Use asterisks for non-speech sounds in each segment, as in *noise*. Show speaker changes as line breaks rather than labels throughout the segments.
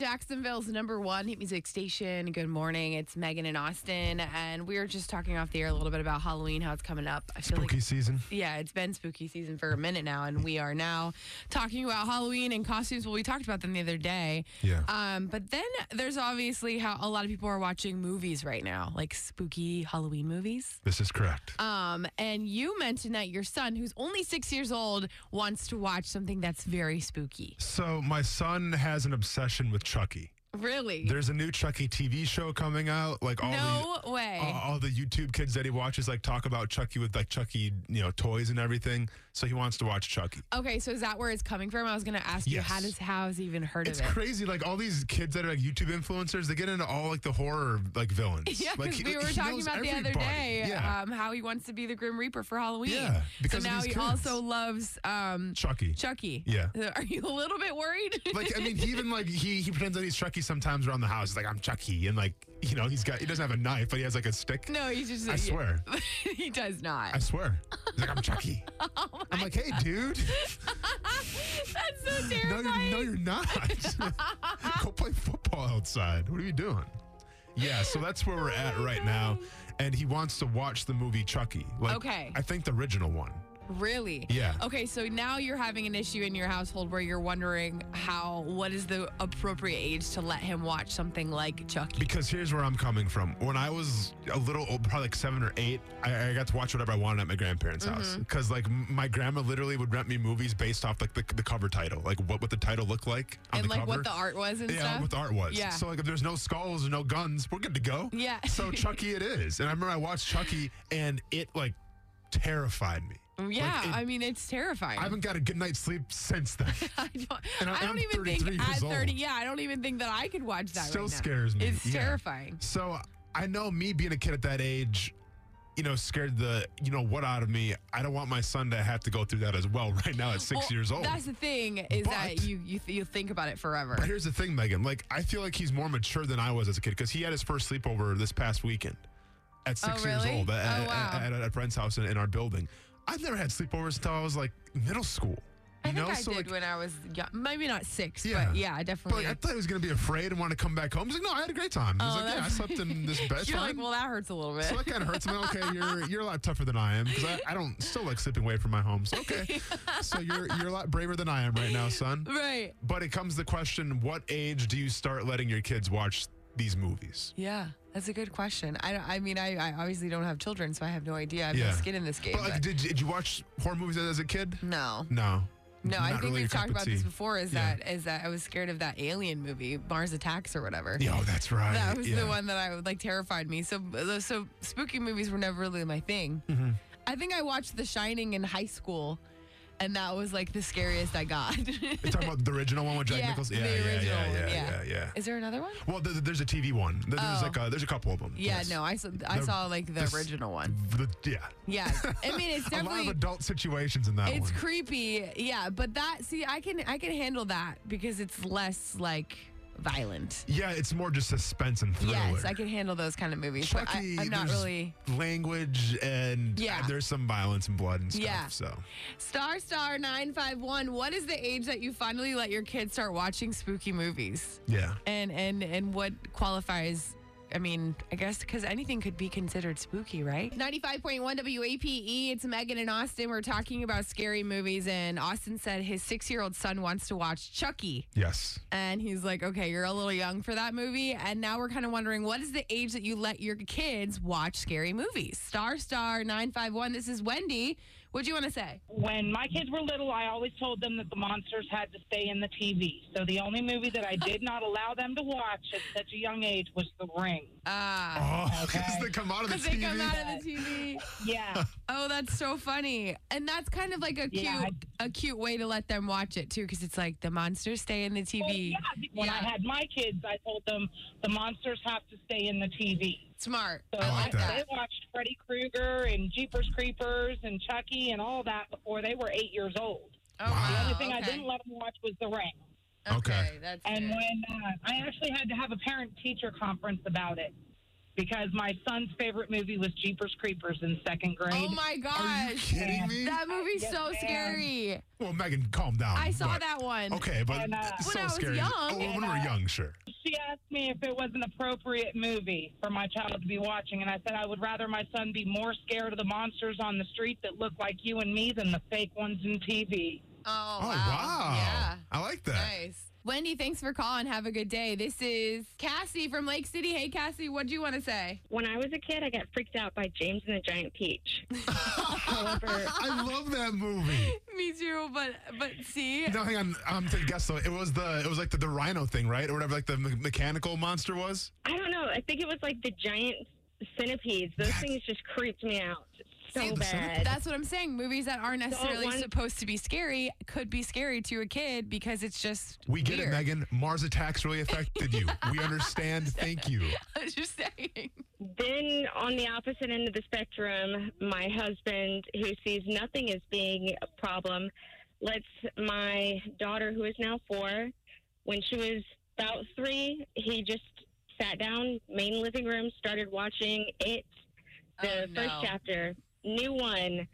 Jacksonville's number one hit music station. Good morning. It's Megan and Austin. And we were just talking off the air a little bit about Halloween, how it's coming up. I feel
Spooky
like,
season.
yeah, it's been spooky season for a minute now. And we are now talking about Halloween and costumes. Well, we talked about them the other day.
Yeah.
Um, but then there's obviously how a lot of people are watching movies right now, like spooky Halloween movies.
This is correct.
Um, and you mentioned that your son, who's only six years old, wants to watch something that's very spooky.
So my son has an obsession with Chucky.
Really?
There's a new Chucky TV show coming out. Like all
no
the
way.
all, all the YouTube kids that he watches like talk about Chucky with like Chucky, you know, toys and everything. So he wants to watch Chucky.
Okay, so is that where it's coming from? I was going to ask you
Yes.
how does how's even heard
It's
of it?
crazy. Like all these kids that are like YouTube influencers, they get into all like the horror like villains.
*laughs* yeah,
like,
because
he-
we were
he
talking
knows
about the other
everybody.
day
Yeah.
um, how he wants to be the Grim Reaper for Halloween.
Yeah, because
so
of
now he
these kids.
also loves um,
Chucky.
Chucky.
Yeah.
*laughs* Are you a little bit worried?
Like I mean, he even like he he pretends that he's Chucky sometimes around the house. He's like I'm Chucky, and like you know he's got he doesn't have a knife, but he has like a
*laughs*
stick.
no, he's just.
I swear.
*laughs* he does not. *laughs*
I swear. He's like I'm Chucky.
Oh
I'm like, hey, dude.
That's so
*laughs* No,
terrifying.
you're, no, you're not. *laughs* Go play football outside. What are you doing? Yeah, so
*laughs*
that's where we're
Oh
at right now. And he wants to watch the movie Chucky. Like,
Okay.
I think the original one.
Really?
Yeah.
Okay, so now you're having an issue in your household where you're wondering how, what is the appropriate age to let him watch something like Chucky?
Because here's where I'm coming from. When I was a little old, probably like seven or eight, I, I got to watch whatever I wanted at my grandparents'
Mm-hmm.
house. Because like m- my grandma literally would rent me movies based off like the, the cover title, like what would the title look like on
and
the
like
cover.
what the art was and
yeah,
stuff.
what the art was.
Yeah.
So like if there's no skulls or no guns, we're good to go.
Yeah. *laughs*
So Chucky it is. And I remember I watched Chucky and it like terrified me.
yeah,
Like, it-
I mean it's terrifying.
I haven't got a good night's sleep since then.
*laughs* I don't,
and I
I don't
am
even
33
think at
years old.
30, yeah, I don't even think that I could watch that
Still
right now.
scares me.
It's
Yeah.
terrifying.
So I know me being a kid at that age, you know, scared the you know what out of me. I don't want my son to have to go through that as well *laughs* right now at six
Well,
years old.
That's the thing is that
But-
you you, th- you think about it forever.
But here's the thing, Megan. Like, I feel like he's more mature than I was as a kid because he had his first sleepover this past weekend at
Oh,
six years
really?
old at,
Oh, wow.
at, at a friend's house in, in our building. I've never had sleepovers until I was like middle school.
I
You
think
know,
I
so
did
like,
when I was young. Maybe not six,
Yeah.
but yeah, I
but
definitely.
like, I thought he was gonna be afraid and want to come back home. He's like, no, I had a great time. He's
Oh,
like, yeah, I
that's- *laughs*
slept in this bed. It's
You're like,
fine.
well, that hurts a little bit.
so that kind of hurts. I'm like, okay,
*laughs*
you're you're a lot tougher than I am because I, I don't still like sleeping away from my home.
*laughs*
So okay, so you're you're a lot braver than I am right now, son.
right.
But it comes the question: What age do you start letting your kids watch these movies?
Yeah, that's a good question. I, don't- I mean, I, I obviously don't have children, so I have no idea. I have no
Yeah.
skin in this game.
But like,
but-
did, did you watch horror movies as a kid?
no.
No.
No, I think
Not really your
we've
cup
talked
of
about this
tea.
before. Is
Yeah.
that is that I was scared of that alien movie, Mars Attacks or whatever.
Yeah, oh, that's right.
That was
Yeah.
the one that I would like terrified me. So uh, so spooky movies were never really my thing.
Mm-hmm.
I think I watched The Shining in high school, and that was like the scariest I got. *laughs*
You're talking about the original one with Jack
Yeah,
Nicholson.
the original
yeah,
one,
yeah,
yeah.
yeah, yeah, yeah.
is there another one?
Well, th- th- there's a TV one. Th- There's
Oh.
like a, there's a couple of them.
Yeah,
Yes.
no, I saw I
The-
saw like the
this-
original one.
The, yeah,
Yeah, I mean
*laughs*
it's
a lot of
definitely
adult situations in that
it's
one.
creepy. Yeah, but that see I can I can handle that because it's less like violent.
yeah, it's more just suspense and thriller.
Yes, I can handle those kind of movies.
Chucky,
but I, I'm not
there's
really.
language and
Yeah.
uh, there's some violence and blood and stuff.
Yeah.
So
Star Star 951, what is the age that you finally let your kids start watching spooky movies?
yeah,
And and and what qualifies I mean, I guess because anything could be considered spooky, right? 95.1 WAPE, E, it's Megan and Austin. We're talking about scary movies, and Austin said his six year old son wants to watch Chucky.
yes.
And he's like, okay, you're a little young for that movie. And now we're kind of wondering what is the age that you let your kids watch scary movies? Star Star 951, this is Wendy What'd you want to say?
When my kids were little, I always told them that the monsters had to stay in the TV. So the only movie that I did not allow them to watch at such a young age was The Ring.
Ah.
Oh, *laughs* because
Okay.
they come out of the
Because
TV.
they come out of the TV.
*laughs*
Yeah,
Oh, that's so funny. And that's kind of like a cute
Yeah,
a cute way to let them watch it too, because it's like the monsters stay in the TV.
Well, Oh, yeah. When
Yeah.
I had my kids, I told them the monsters have to stay in the TV.
Smart.
So
I like that.
they watched Freddy Krueger and Jeepers Creepers and Chucky and all that before they were eight years old.
Oh,
Wow.
The
wow.
only thing I
Okay.
didn't let them watch was The Ring.
Okay.
Okay, that's
And
good.
when uh, I actually had to have a parent teacher conference about it because my son's favorite movie was Jeepers Creepers in second grade.
Oh my
Are you
gosh.
kidding me?
That movie's
Yes,
so
ma'am.
scary.
well, Megan, calm down.
I saw
But-
that one.
Oh Okay, but
And, uh,
it's
When
so
I was
scary.
young, Oh,
oh, when we were
and, uh,
young, sure.
She asked me if it was an appropriate movie for my child to be watching, and I said I would rather my son be more scared of the monsters on the street that look like you and me than the fake ones in TV.
Oh, wow.
Oh wow!
Yeah.
I like that.
Nice. Wendy, thanks for calling. Have a good day. This is Cassie from Lake City. Hey, Cassie, what do you want to say?
When I was a kid, I got freaked out by James and the Giant Peach.
*laughs*
However,
I love that movie.
Me too, but but see,
No, hang on. I'm to guess though. It was the it was like the, the rhino thing, right, or whatever, like the me- mechanical monster was.
I don't know. I think it was like the giant centipedes. Those
That's-
things just creeped me out so
See, the
bad.
that's what I'm saying. Movies that aren't necessarily
one-
supposed to be scary could be scary to a kid because it's just
We get
weird.
it, Megan. Mars attacks really affected
*laughs*
you. We understand. Thank you.
I was *laughs* just saying.
Then on the opposite end of the spectrum, my husband, who sees nothing as being a problem, lets my daughter, who is now four, when she was about three, he just sat down, main living room, started watching it, the
Oh,
first
no.
chapter, new one,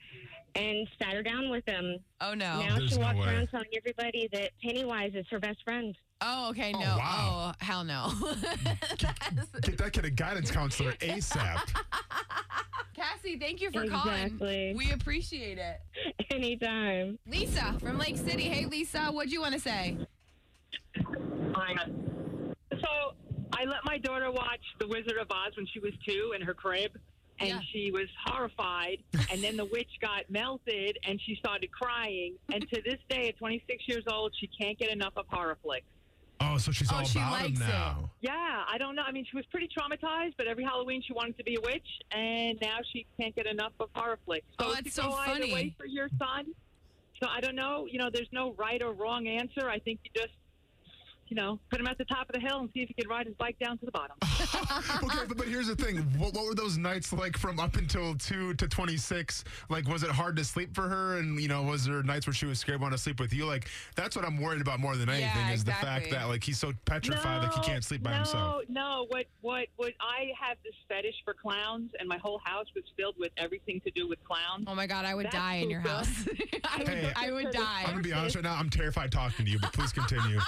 and sat her down with him.
Oh no.
Now
There's
she
no
walks
way.
around telling everybody that Pennywise is her best friend. *laughs*
Oh okay.
Oh,
No. Oh,
wow.
hell no. *laughs*
Get that kid a guidance counselor ASAP.
Cassie, thank you for
Exactly.
calling. We appreciate it.
Anytime.
Lisa from Lake City. Hey Lisa, what'd you want to say?
So I let my daughter watch The Wizard of Oz when she was two in her crib, and
Yeah.
she was horrified. and then the witch got melted, and she started crying. And to this day, at 26 years old, she can't get enough of horror flicks.
Oh, so she's
Oh,
all
she
about him
likes it.
now.
Yeah, I don't know. I mean, she was pretty traumatized, but every Halloween she wanted to be a witch, and now she can't get enough of horror flicks.
Oh,
it
that's
could
so
go
funny.
Either way for your son. So I don't know. You know, there's no right or wrong answer. I think you just, you know, put him at the top of the hill and see if he can ride his bike down to the bottom.
Oh, *laughs* okay, but, but here's the thing. What, what were those nights like from up until two to twenty six? Like, was it hard to sleep for her? And you know, was there nights where she was scared wanting to sleep with you? Like, that's what I'm worried about more than anything
Yeah,
is the
exactly.
fact that like he's so petrified like he can't sleep by
no,
himself.
No, what, what, what? I have this fetish for clowns, and my whole house was filled with everything to do with clowns.
Oh my god, I would
That's
die in your
Lisa.
house. *laughs* I would
Hey,
I would
I'm
die.
I'm gonna be honest right now. I'm terrified talking to you, but please continue.